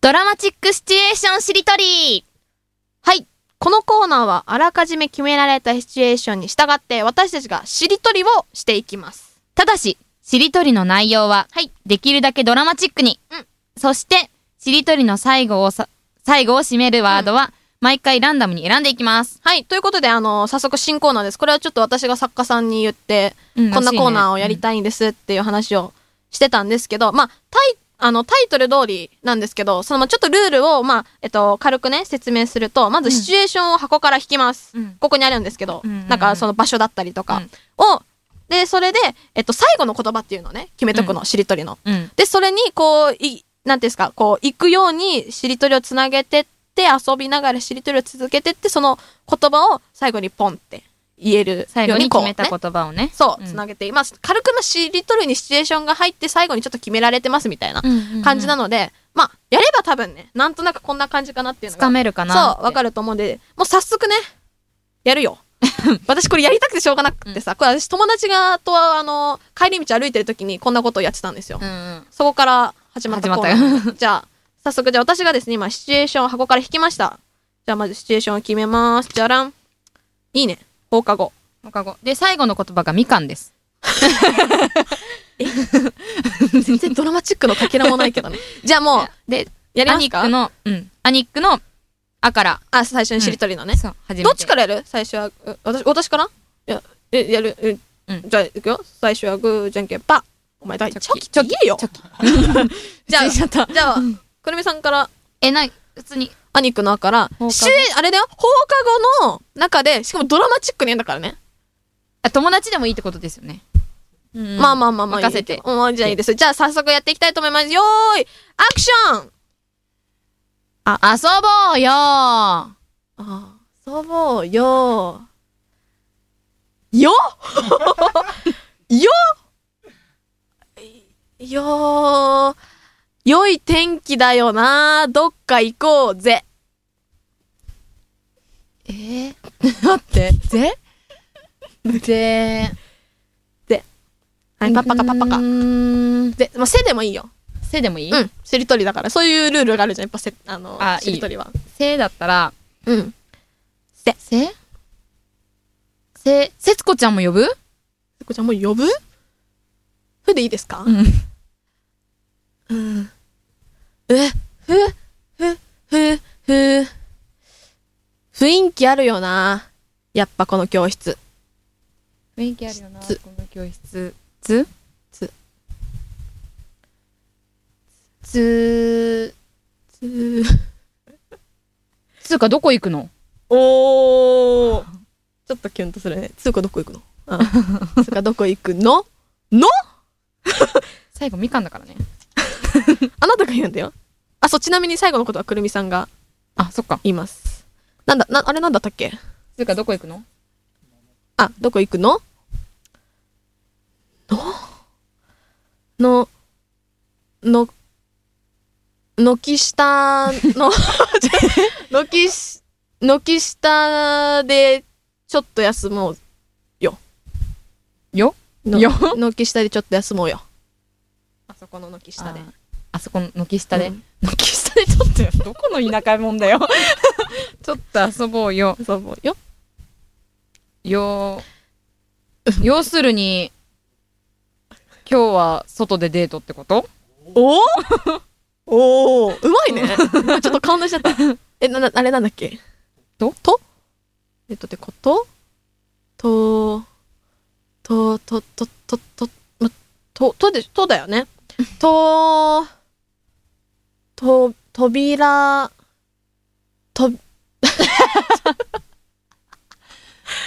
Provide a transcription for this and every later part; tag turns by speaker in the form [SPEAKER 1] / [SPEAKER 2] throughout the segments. [SPEAKER 1] ドラマチックシチュエーションしりとりはい。このコーナーはあらかじめ決められたシチュエーションに従って私たちがしりとりをしていきます。
[SPEAKER 2] ただし、しりとりの内容は、
[SPEAKER 1] はい
[SPEAKER 2] できるだけドラマチックに。
[SPEAKER 1] うん
[SPEAKER 2] そして、しりとりの最後をさ、最後を締めるワードは、毎回ランダムに選んでいきます。
[SPEAKER 1] はい。ということで、あの、早速新コーナーです。これはちょっと私が作家さんに言って、
[SPEAKER 2] うん
[SPEAKER 1] こんなコーナーをやり
[SPEAKER 2] い。
[SPEAKER 1] たいんですっていう話をしてたんですけど、まあ、タイ、あの、タイトル通りなんですけど、その、まあちょっとルールを、まあ、えっと、軽くね、説明すると、まず
[SPEAKER 2] うん
[SPEAKER 1] シチュエーションを箱から引きます。
[SPEAKER 2] うん
[SPEAKER 1] ここにあるんですけど、
[SPEAKER 2] うんうんうん
[SPEAKER 1] なんかその場所だったりとかを、で、それで、えっと、最後の言葉っていうのをね、決めとくの、しりとりの。
[SPEAKER 2] うんうん。
[SPEAKER 1] で、それに、こう、い、なんていうんですか、こう、行くように、しりとりをつなげてって、遊びながらしりとりを続けてって、その言葉を最後にポンって言える
[SPEAKER 2] 最
[SPEAKER 1] よ
[SPEAKER 2] 後
[SPEAKER 1] う
[SPEAKER 2] に
[SPEAKER 1] にこう、
[SPEAKER 2] 決
[SPEAKER 1] ね
[SPEAKER 2] めた言葉をね。
[SPEAKER 1] そう、
[SPEAKER 2] うん
[SPEAKER 1] つなげています。軽くまあしりとりにシチュエーションが入って、最後にちょっと決められてますみたいな感じな
[SPEAKER 2] の。
[SPEAKER 1] ので、まあ、やれば多分ね、なんとなくこんな感じかなっていう
[SPEAKER 2] つ
[SPEAKER 1] の
[SPEAKER 2] か
[SPEAKER 1] が、
[SPEAKER 2] めるかな
[SPEAKER 1] そう、わか
[SPEAKER 2] る。
[SPEAKER 1] ると思うんで、もう早速ね、やるよ。私これやりたくてしょうがなくてさ、これ私友達がとあの、帰り道歩いてる時にこんなことをやってたんですよ。
[SPEAKER 2] うんうん。
[SPEAKER 1] そこから始まったコーナ
[SPEAKER 2] 始まっ
[SPEAKER 1] ー。じゃあ、早速、じゃあ私がですね、今、シチュエーションを箱から引きました。じゃあ、まずシチュエーションを決めます。じゃらん。いいね。放課後。
[SPEAKER 2] 放課後。で、最後の言葉がみかんです。
[SPEAKER 1] 全然ドラマチックのかけらもないけどね。 じゃあもう、
[SPEAKER 2] で、
[SPEAKER 1] やり
[SPEAKER 2] ア
[SPEAKER 1] ます
[SPEAKER 2] ニック
[SPEAKER 1] か
[SPEAKER 2] の、うん。アニックの、あから、
[SPEAKER 1] あ、最初にしりとりのね。
[SPEAKER 2] そう、初めて。
[SPEAKER 1] どっちからやる最初は、う私、私からいや、え、やる、え
[SPEAKER 2] うん
[SPEAKER 1] じゃあ、いくよ。最初はグー、じゃんけん、パー。お前、だい、チ
[SPEAKER 2] チ
[SPEAKER 1] ョ
[SPEAKER 2] ョ
[SPEAKER 1] キ、
[SPEAKER 2] キ
[SPEAKER 1] チョキ、言えよ
[SPEAKER 2] チ。ョキ。
[SPEAKER 1] じゃあ、
[SPEAKER 2] 失
[SPEAKER 1] じ
[SPEAKER 2] 礼しちゃっ
[SPEAKER 1] ゃあ、くるみさんから、
[SPEAKER 2] え、ない、普通に。
[SPEAKER 1] アニックのから、
[SPEAKER 2] 放課後
[SPEAKER 1] シチュエあれだよ、放課後の中で、しかもドラマチックにやんだからね。
[SPEAKER 2] あ友達でもいいってことですよね。
[SPEAKER 1] まあまあまあまあ。
[SPEAKER 2] 任せて
[SPEAKER 1] いいけどうん、じゃあいいです。じゃあ早速やっていきたいと思います。よーい、アクション
[SPEAKER 2] あ。遊ぼうよー
[SPEAKER 1] あ、遊ぼうよー。よよよー。良い天気だよなどっか行こうぜ。
[SPEAKER 2] えー、待って、ぜぜ
[SPEAKER 1] はい、パッパカパッパ
[SPEAKER 2] う
[SPEAKER 1] カ。
[SPEAKER 2] ーん
[SPEAKER 1] で、まあ、背でもいいよ。
[SPEAKER 2] せでもいい、
[SPEAKER 1] うん。しりとりだから。そういうルールがあるじゃん。やっぱせ、あの、
[SPEAKER 2] あ
[SPEAKER 1] しりとりは。
[SPEAKER 2] せだったら、
[SPEAKER 1] うん。
[SPEAKER 2] せせ、せつこちゃんも呼ぶ
[SPEAKER 1] せこちゃんもう呼ぶふでいいですか
[SPEAKER 2] ん。
[SPEAKER 1] うん。え、ふ、ふ、ふ、ふ。雰囲気あるよな。やっぱこの教室。
[SPEAKER 2] 雰囲気あるよな、
[SPEAKER 1] つ
[SPEAKER 2] この教室。つ
[SPEAKER 1] つ。
[SPEAKER 2] つ
[SPEAKER 1] つー
[SPEAKER 2] ー、つーかどこ行くの
[SPEAKER 1] おー。ちょっとキュンとするね。つーかどこ行くのあつーかどこ行くのの
[SPEAKER 2] 最後みかんだからね。
[SPEAKER 1] あなたが言うんだよ。あ、そう、ちなみに最後のことはくるみさんが
[SPEAKER 2] あ、そっか。
[SPEAKER 1] 言います。なんだ、な、あれなんだったっけ
[SPEAKER 2] つーかどこ行くの
[SPEAKER 1] あ、どこ行くのの、の、の、軒下の、 軒し、軒下で、ちょっと休もうよ。
[SPEAKER 2] よ
[SPEAKER 1] の
[SPEAKER 2] よ
[SPEAKER 1] 軒下でちょっと休もうよ。あそこの軒下で。
[SPEAKER 2] あーあそこの軒下で、
[SPEAKER 1] うん
[SPEAKER 2] 軒下でちょっとよ どこの田舎もんだよ ちょっと遊ぼうよ
[SPEAKER 1] 遊ぼうよ。
[SPEAKER 2] よ要するに今日は外でデートってこと
[SPEAKER 1] おおおおうまいね。 ちょっと顔出しちゃった。え、な、な、あれなんだっけ
[SPEAKER 2] と
[SPEAKER 1] とえっと、ってことと、と、と、と、と、と、ま、と、とで、とだよね。と、と、扉、 と、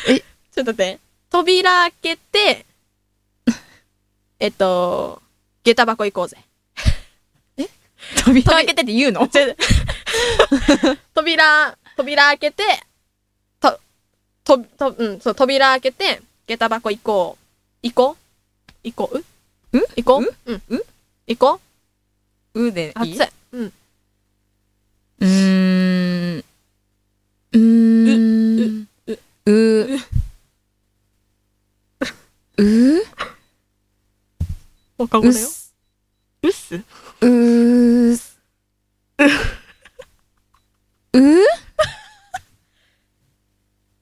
[SPEAKER 2] え
[SPEAKER 1] ちょっと待って。扉開けて、えっと、下駄箱行こうぜ。
[SPEAKER 2] 扉開けてって言うの
[SPEAKER 1] ちょ扉、扉開けて、と、と、と、うん、そう、扉開けて、下駄箱行こう。行こう行こうう
[SPEAKER 2] う
[SPEAKER 1] 行こううん。行こ
[SPEAKER 2] うで
[SPEAKER 1] う暑
[SPEAKER 2] い
[SPEAKER 1] い
[SPEAKER 2] いう。
[SPEAKER 1] うん。
[SPEAKER 2] ーんうーん
[SPEAKER 1] う
[SPEAKER 2] ううう
[SPEAKER 1] 放課
[SPEAKER 2] うっす
[SPEAKER 1] うっす
[SPEAKER 2] うーす。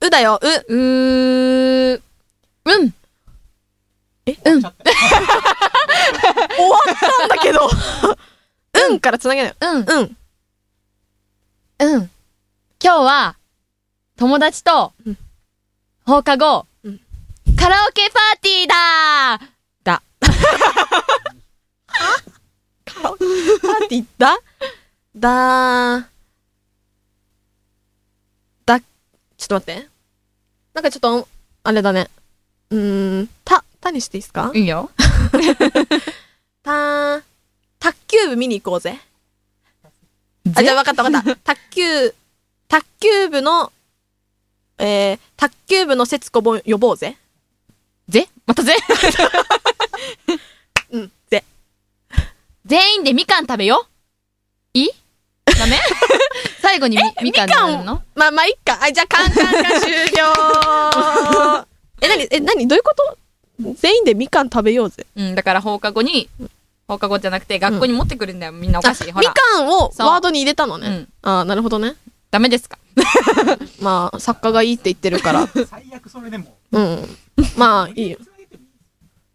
[SPEAKER 1] だよ。う、
[SPEAKER 2] うー、うん。
[SPEAKER 1] 終わったんだけど。 うんからつなげない。
[SPEAKER 2] うん。
[SPEAKER 1] うん。
[SPEAKER 2] うん。今日は、友達と
[SPEAKER 1] うん、
[SPEAKER 2] 放課後、
[SPEAKER 1] うん
[SPEAKER 2] カラオケパーティーだーだ。
[SPEAKER 1] パーティーだだー。だ、ちょっと待って。なんかちょっと、あれだね。うーん、た、たにしていいですか
[SPEAKER 2] いいよ。
[SPEAKER 1] たー、卓球部見に行こうぜ。あ、
[SPEAKER 2] あ
[SPEAKER 1] じゃあ
[SPEAKER 2] あ
[SPEAKER 1] 分かった分 かった。卓球、卓球部の、えー、卓球部の節子本呼ぼうぜ。
[SPEAKER 2] ぜまたぜ
[SPEAKER 1] うん、ぜ。
[SPEAKER 2] 全員でみかん食べよういいダ メ最後にみみかん
[SPEAKER 1] みか
[SPEAKER 2] 食
[SPEAKER 1] ん
[SPEAKER 2] べるの
[SPEAKER 1] まあまあ、いっか。あ、じゃあ、カンカンカン終 了え、なに、え、なに、どういうこと全員でみかん食べようぜ。
[SPEAKER 2] うん、だから放課後に、放課後じゃなくて学校に持ってくるんだよ。みんなお
[SPEAKER 1] あ
[SPEAKER 2] 菓子。
[SPEAKER 1] み
[SPEAKER 2] ほら。
[SPEAKER 1] かんを
[SPEAKER 2] そう
[SPEAKER 1] ワードに入れたのね。
[SPEAKER 2] うん
[SPEAKER 1] あーなるほどね。
[SPEAKER 2] ダメですか
[SPEAKER 1] まあ、作家がいいって言ってる から。
[SPEAKER 3] 最悪それでも。
[SPEAKER 1] うん。まあ、いいよ。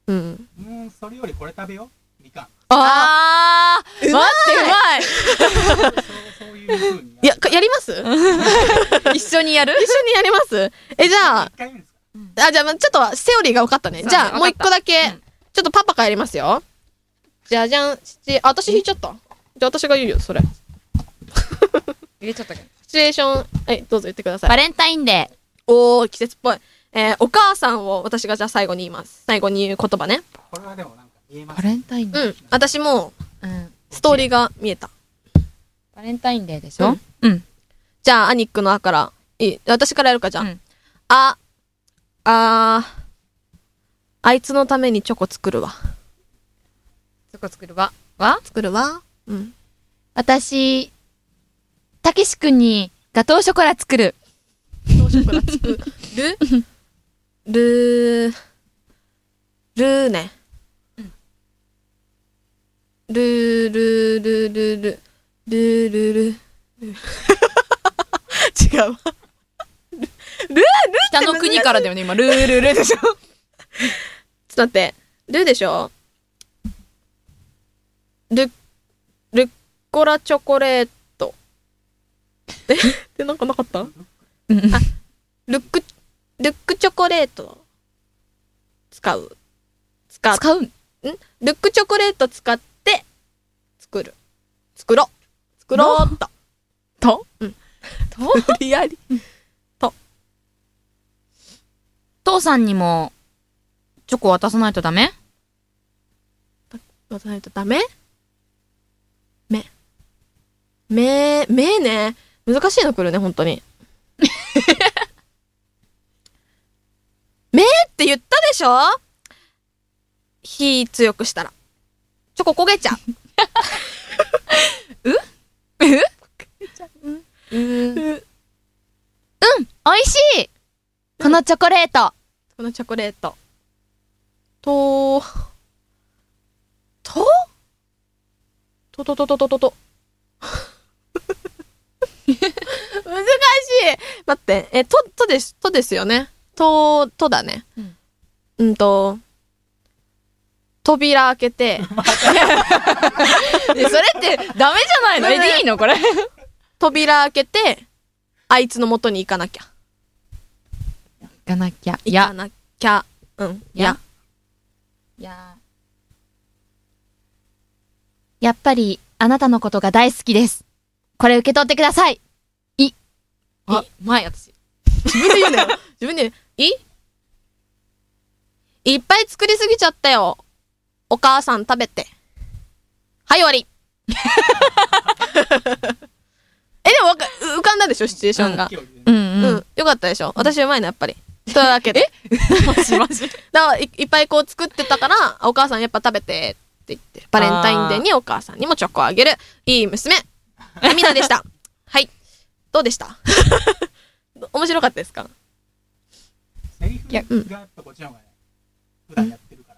[SPEAKER 1] うん。
[SPEAKER 3] うん、それよりこれ食べよう。みかん。
[SPEAKER 2] あー
[SPEAKER 1] うま
[SPEAKER 2] 待
[SPEAKER 1] い
[SPEAKER 2] って、うまい
[SPEAKER 3] そうそういう風に。
[SPEAKER 1] いや、かやります一緒に
[SPEAKER 2] 一緒にやる
[SPEAKER 1] やりますえ、じゃあ
[SPEAKER 3] 一、回目ですか。
[SPEAKER 1] あ、じゃあ、まあちょっと、セオリーが分かったね。
[SPEAKER 2] そうね
[SPEAKER 1] じ
[SPEAKER 2] 分か
[SPEAKER 1] ゃあ、
[SPEAKER 2] った
[SPEAKER 1] もう一個だけ、
[SPEAKER 2] うん
[SPEAKER 1] ちょっとパパからやりますよ。じゃじゃん、七、あ、私引いちゃった。じゃあ、私が言うよ、それ。
[SPEAKER 2] 入れちゃったけど。
[SPEAKER 1] シチュエーション、はい、どうぞ言ってくださ
[SPEAKER 2] バ
[SPEAKER 1] い。
[SPEAKER 2] レンタインデ
[SPEAKER 1] おー、季節っぽい。えーお母さんを私がじゃあ最後に言います。最後に言う言葉ね。
[SPEAKER 3] これはでもなんか見え
[SPEAKER 2] ー。
[SPEAKER 3] ま
[SPEAKER 2] バ
[SPEAKER 3] す。
[SPEAKER 2] レンタインデ
[SPEAKER 1] う
[SPEAKER 2] ー。
[SPEAKER 1] ん。私も、
[SPEAKER 2] うん。
[SPEAKER 1] ストーリーが見えた。
[SPEAKER 2] バレンタインデーでし
[SPEAKER 1] う
[SPEAKER 2] ょ
[SPEAKER 1] ん
[SPEAKER 2] うん。
[SPEAKER 1] じゃあ、アニックのあから、いい私からやるか、じゃあ。
[SPEAKER 2] うん
[SPEAKER 1] あ、あー、あいつのためにチョコ作るわ。
[SPEAKER 2] そこ作るわ。わ
[SPEAKER 1] 作るわ。うん。
[SPEAKER 2] 私、たけしくんにガトーショコラ作る。
[SPEAKER 1] 朝食が作るるー、るーね。るーるーるーるーるーるーるーるー違うわ。
[SPEAKER 2] 北の国からだよね、今。ルールルでしょ。
[SPEAKER 1] ちょっと待って。ルーでしょル、ルッコラチョコレート。え、で、なんかなかったルック、ルックチョコレート。使う。使う。
[SPEAKER 2] 使うん。
[SPEAKER 1] ルックチョコレート使って、作る。作ろう。作ろうっと。
[SPEAKER 2] と
[SPEAKER 1] うん
[SPEAKER 2] と
[SPEAKER 1] 無理やり。
[SPEAKER 2] 父さんにも、チョコ渡さないとダメ
[SPEAKER 1] 渡さないとダメ目。目、目ね。難しいの来るね、本当 に。目って言ったでしょ火強くしたら。チョコ焦げちゃう。ううん。
[SPEAKER 2] 美味しいこのチョコレート。
[SPEAKER 1] このチョコレート。と、ととととととと と。難しい待って、え、と、とです、とですよね。と、とだね。
[SPEAKER 2] うん
[SPEAKER 1] うんと、扉開 けて、
[SPEAKER 2] え、それってダメじゃないのえ、いいのこれ。
[SPEAKER 1] 扉開けて、あいつの元に行かなきゃ。
[SPEAKER 2] かなきゃ。い
[SPEAKER 1] 行か
[SPEAKER 2] や。
[SPEAKER 1] なきゃ。うん。いや。
[SPEAKER 2] いや。やっぱり、あなたのことが大好きです。これ受け取ってください。い。
[SPEAKER 1] あ、
[SPEAKER 2] 前私。
[SPEAKER 1] 自分で言うなよ。自分で言う。いいっぱい作りすぎちゃったよ。お母さん食べて。はい、終わり。 え、でもわか浮かんだでしょ、シチュエーションが。
[SPEAKER 2] うん
[SPEAKER 1] うん。
[SPEAKER 2] うん。
[SPEAKER 1] よかったでしょ。私うまいの、やっぱり。というわけで。
[SPEAKER 2] マジマジ。
[SPEAKER 1] だからい、いっぱいこう作ってたから、お母さんやっぱ食べてって言って、バレンタインデーにお母さんにもチョコあげる。いい娘。アミナで した。はい。どうでした 面白かったですか
[SPEAKER 3] セリフがやっぱこっちの方がね、普段やってるか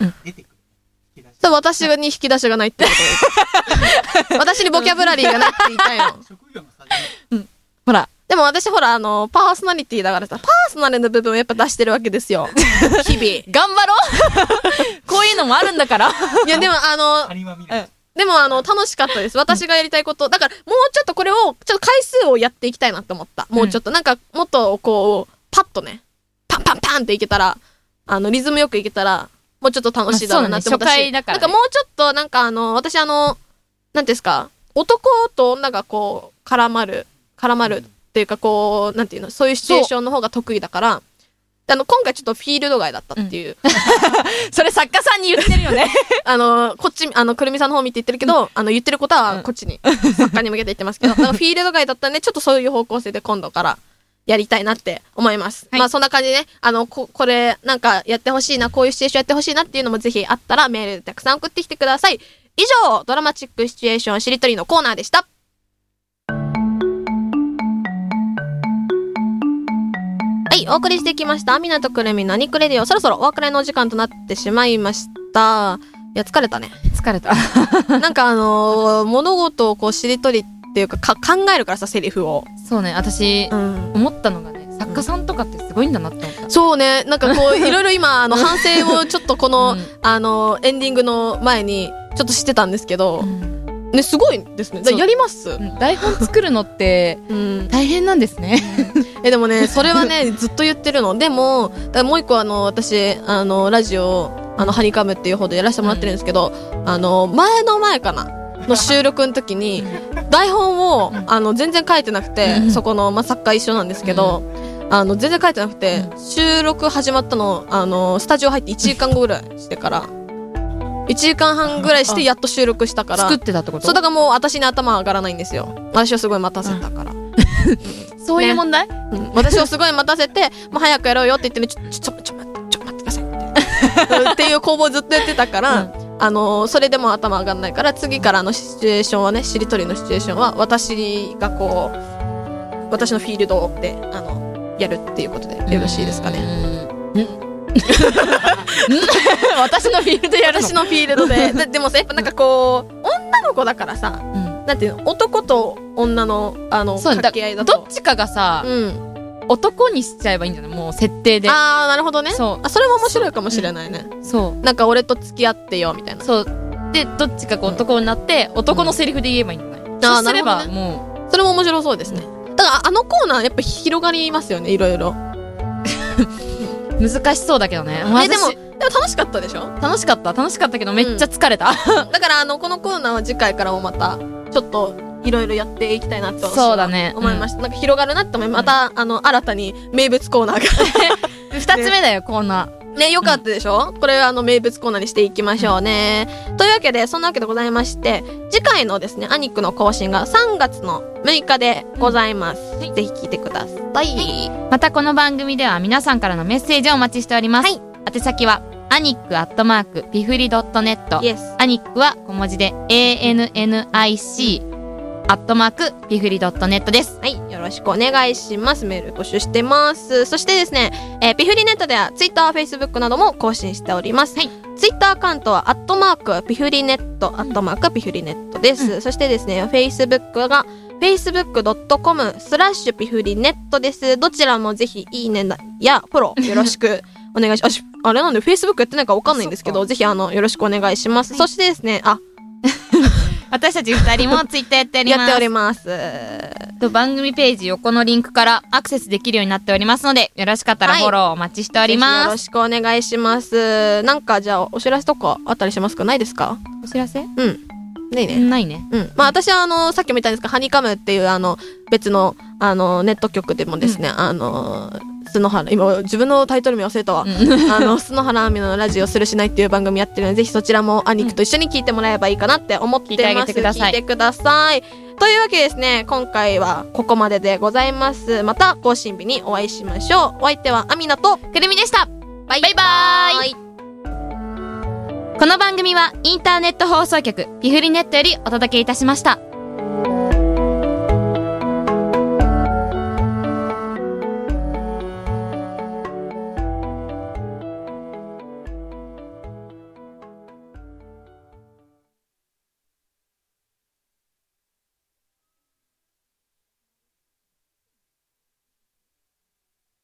[SPEAKER 3] ら、出てくる。引き出し
[SPEAKER 1] そう、私に引き出しがないっ てことです。私にボキャブラリーがないって言いたいの。
[SPEAKER 3] 職業の差じゃない
[SPEAKER 1] ほら。でも私ほら、あの、パーソナリティだからさ、パーソナルの部分をやっぱ出してるわけで すよ。日々。い
[SPEAKER 2] 頑張ろう こういうのもあるんだから。
[SPEAKER 1] や、でもあの、
[SPEAKER 3] 谷間未来。
[SPEAKER 1] でもあの、楽しかったです。私がやりたいこと。だから、もうちょっとこれを、ちょっと回数をやっていきたいなと思った。もうちょっと、なんか、もっとこう、パッとね、パンパンパンっていけたら、あの、リズムよくいけたら、もうちょっと楽しいだろうなって思ったし。
[SPEAKER 2] あそうだね初回だからね
[SPEAKER 1] なんかもうちょっと、なんかあの、私あの、なんていうんですか、男と女がこう、絡まる、絡まるっていうか、こう、なんていうの、そういうシチュエーションの方が得意だから、あの、今回ちょっとフィールド外だったっていう。
[SPEAKER 2] それ作家さんに言ってるよね。
[SPEAKER 1] あの、こっち、あの、くるみさんの方見て言ってるけど、あの、言ってること
[SPEAKER 2] うん
[SPEAKER 1] はこっちに、作家に向けて言ってま すけど、なんかフィールド外だったんで、ちょっとそういう方向性で今度からやりたいなって思います。
[SPEAKER 2] はい
[SPEAKER 1] まあ、そんな感じでね、あの、こ、これ、なんかやってほしいな、こういうシチュエーションやってほしいなっていうのもぜひあったらメールでたくさん送ってきてください。以上、ドラマチックシチュエーションしりとりのコーナーでした。はい、お送りしてきました。みなとくるみのニクレディオ。そろそろお別れのお時間となってしまいました。いや、 疲れたね。
[SPEAKER 2] 疲れた。
[SPEAKER 1] なんかあのー物事をこうしりとりっていうかか考えるからさセリフを、
[SPEAKER 2] そうね、私、
[SPEAKER 1] うん、
[SPEAKER 2] 思ったのがね、作家さんとかってすごいんだなって思った。
[SPEAKER 1] そうねなん かこういろいろ今あの反省をちょっとこの、
[SPEAKER 2] うん
[SPEAKER 1] あのエンディングの前にちょっとしてたんですけど、
[SPEAKER 2] うん
[SPEAKER 1] ねすごいですねだ
[SPEAKER 2] そう
[SPEAKER 1] やります
[SPEAKER 2] 台本作るのって
[SPEAKER 1] うん
[SPEAKER 2] 大変なんですね。
[SPEAKER 1] えでもね それはねずっと言ってるのでもだからもう一個あの私あのラジオあのハニカムっていう方でやらせてもらってるんですけど、あの前の前かなの収録の 時に台本を
[SPEAKER 2] うん
[SPEAKER 1] あの全然書いてなくて、
[SPEAKER 2] うん
[SPEAKER 1] そこの、まあ、作家一緒なんですけど、あの全然書いてなくて、収録始まったのあのスタジオ入って1時間後ぐらいしてから1時間半ぐらいしてやっと収録したから
[SPEAKER 2] 作ってたってこと
[SPEAKER 1] そうだからもう私に頭上がらないんですよ私はすごい待たせたから、
[SPEAKER 2] そういう問題
[SPEAKER 1] うん私をすごい待たせて「もう早くやろうよ」って言ってね「ちょちょちょちょ待ってちょ待ってください」みたいなって いう攻防ずっとやってたから、
[SPEAKER 2] うん
[SPEAKER 1] あのそれでも頭上がんないから次からのシチュエーションはねしりとりのシチュエーションは私がこう私のフィールドであのやるっていうことでよろしいですかね。
[SPEAKER 2] ね。うん 私のフィールドやるの
[SPEAKER 1] 私のフィールド でででもさやっぱなんかこう女の子だからさなんていうの男と女のあの
[SPEAKER 2] そう
[SPEAKER 1] 掛け合い
[SPEAKER 2] だ
[SPEAKER 1] だ
[SPEAKER 2] どっ
[SPEAKER 1] と。
[SPEAKER 2] ちかがさ、
[SPEAKER 1] うん、
[SPEAKER 2] 男にしちゃえばいいんじゃないもう設定で
[SPEAKER 1] ああなるほどね
[SPEAKER 2] そう
[SPEAKER 1] あそれも面白いかもしれないね、
[SPEAKER 2] そ
[SPEAKER 1] なんか俺と付き合ってよみたいな
[SPEAKER 2] うそうでどっちかが男になって、男のセリフで言えばいいんじゃない、そうすれ
[SPEAKER 1] な
[SPEAKER 2] ば
[SPEAKER 1] るほ
[SPEAKER 2] も
[SPEAKER 1] それも面白そうですね。だからあのコーナーやっぱ広がりますよね、いろいろ。
[SPEAKER 2] う難しそうだけどね
[SPEAKER 1] えでも、
[SPEAKER 2] 私
[SPEAKER 1] でも楽しかったでしょ
[SPEAKER 2] 楽しかった楽しかったけどめっちゃ疲れた、
[SPEAKER 1] だからあの、このコーナーは次回からもまた、ちょっと、いろいろやっていきたいなと
[SPEAKER 2] そうだね
[SPEAKER 1] 思いました。なんか広がるなって思いました。また、あの、新たに名物コーナー
[SPEAKER 2] 二つ目だよコーナー
[SPEAKER 1] が。ね、よかったでしょ、これはあの、名物コーナーにしていきましょうね。というわけで、そんなわけでございまして、次回のですね、アニックの更新が3月の6日でございます。ぜひ聞いてください。
[SPEAKER 2] またこの番組では皆さんからのメッセージをお待ちしております、
[SPEAKER 1] はい
[SPEAKER 2] 宛先はアニックアットマークピフリドットネット
[SPEAKER 1] イエス。
[SPEAKER 2] アニックは小文字で ANNIC アットマークピフリドットネットです
[SPEAKER 1] はい、よろしくお願いします。メール募集してます。そしてですね、えーピフリネットではツイッター、フェイスブックなども更新しております。
[SPEAKER 2] はい
[SPEAKER 1] ツイッターアカウントはアットマークピフリネット、アットマークピフリネットです。そしてですね、フェイスブックが facebook.com スラッシュピフリネットです。どちらもぜひいいねやフォローよろ しくお願いします。あれなんで Facebook やってないからわかんないんですけ
[SPEAKER 2] そ
[SPEAKER 1] ど、ぜひあのよろしくお願いします。そしてですね、あ、
[SPEAKER 2] 私たち二人もツイッターやっており
[SPEAKER 1] や
[SPEAKER 2] ま
[SPEAKER 1] っ
[SPEAKER 2] す
[SPEAKER 1] ております。
[SPEAKER 2] と番組ページ横のリンクからアクセスできるようになっておりますのでよろしかったら
[SPEAKER 1] はい
[SPEAKER 2] フォローお待ちしており
[SPEAKER 1] ぜひよ
[SPEAKER 2] ま
[SPEAKER 1] ろ
[SPEAKER 2] す、
[SPEAKER 1] しくお願いします。なんかじゃあお知らせとかあったりしますかないですか
[SPEAKER 2] お知らせ
[SPEAKER 1] うん。ないね。
[SPEAKER 2] ないね
[SPEAKER 1] うん。まあ私はあの、さっきも言ったんですけど、ハニカムっていうあの、別の、あの、ネット局でもですね、あの、篠原、今自分のタイトル名忘れたわ。 あの、篠原亜美のラジオするしないっていう番組やってるので、ぜひそちらもアニクと一緒に聞いてもらえばいいかなって思ってます。
[SPEAKER 2] 聞いてあげてください
[SPEAKER 1] 聞いてください。というわけでですね、今回はここまででございます。また更新日にお会いしましょう。お相手はアミナと、
[SPEAKER 2] くるみでした
[SPEAKER 1] バイ
[SPEAKER 2] バイバーイ
[SPEAKER 1] イ。
[SPEAKER 2] この番組はインターネット放送局ピフリネットよりお届けいたしました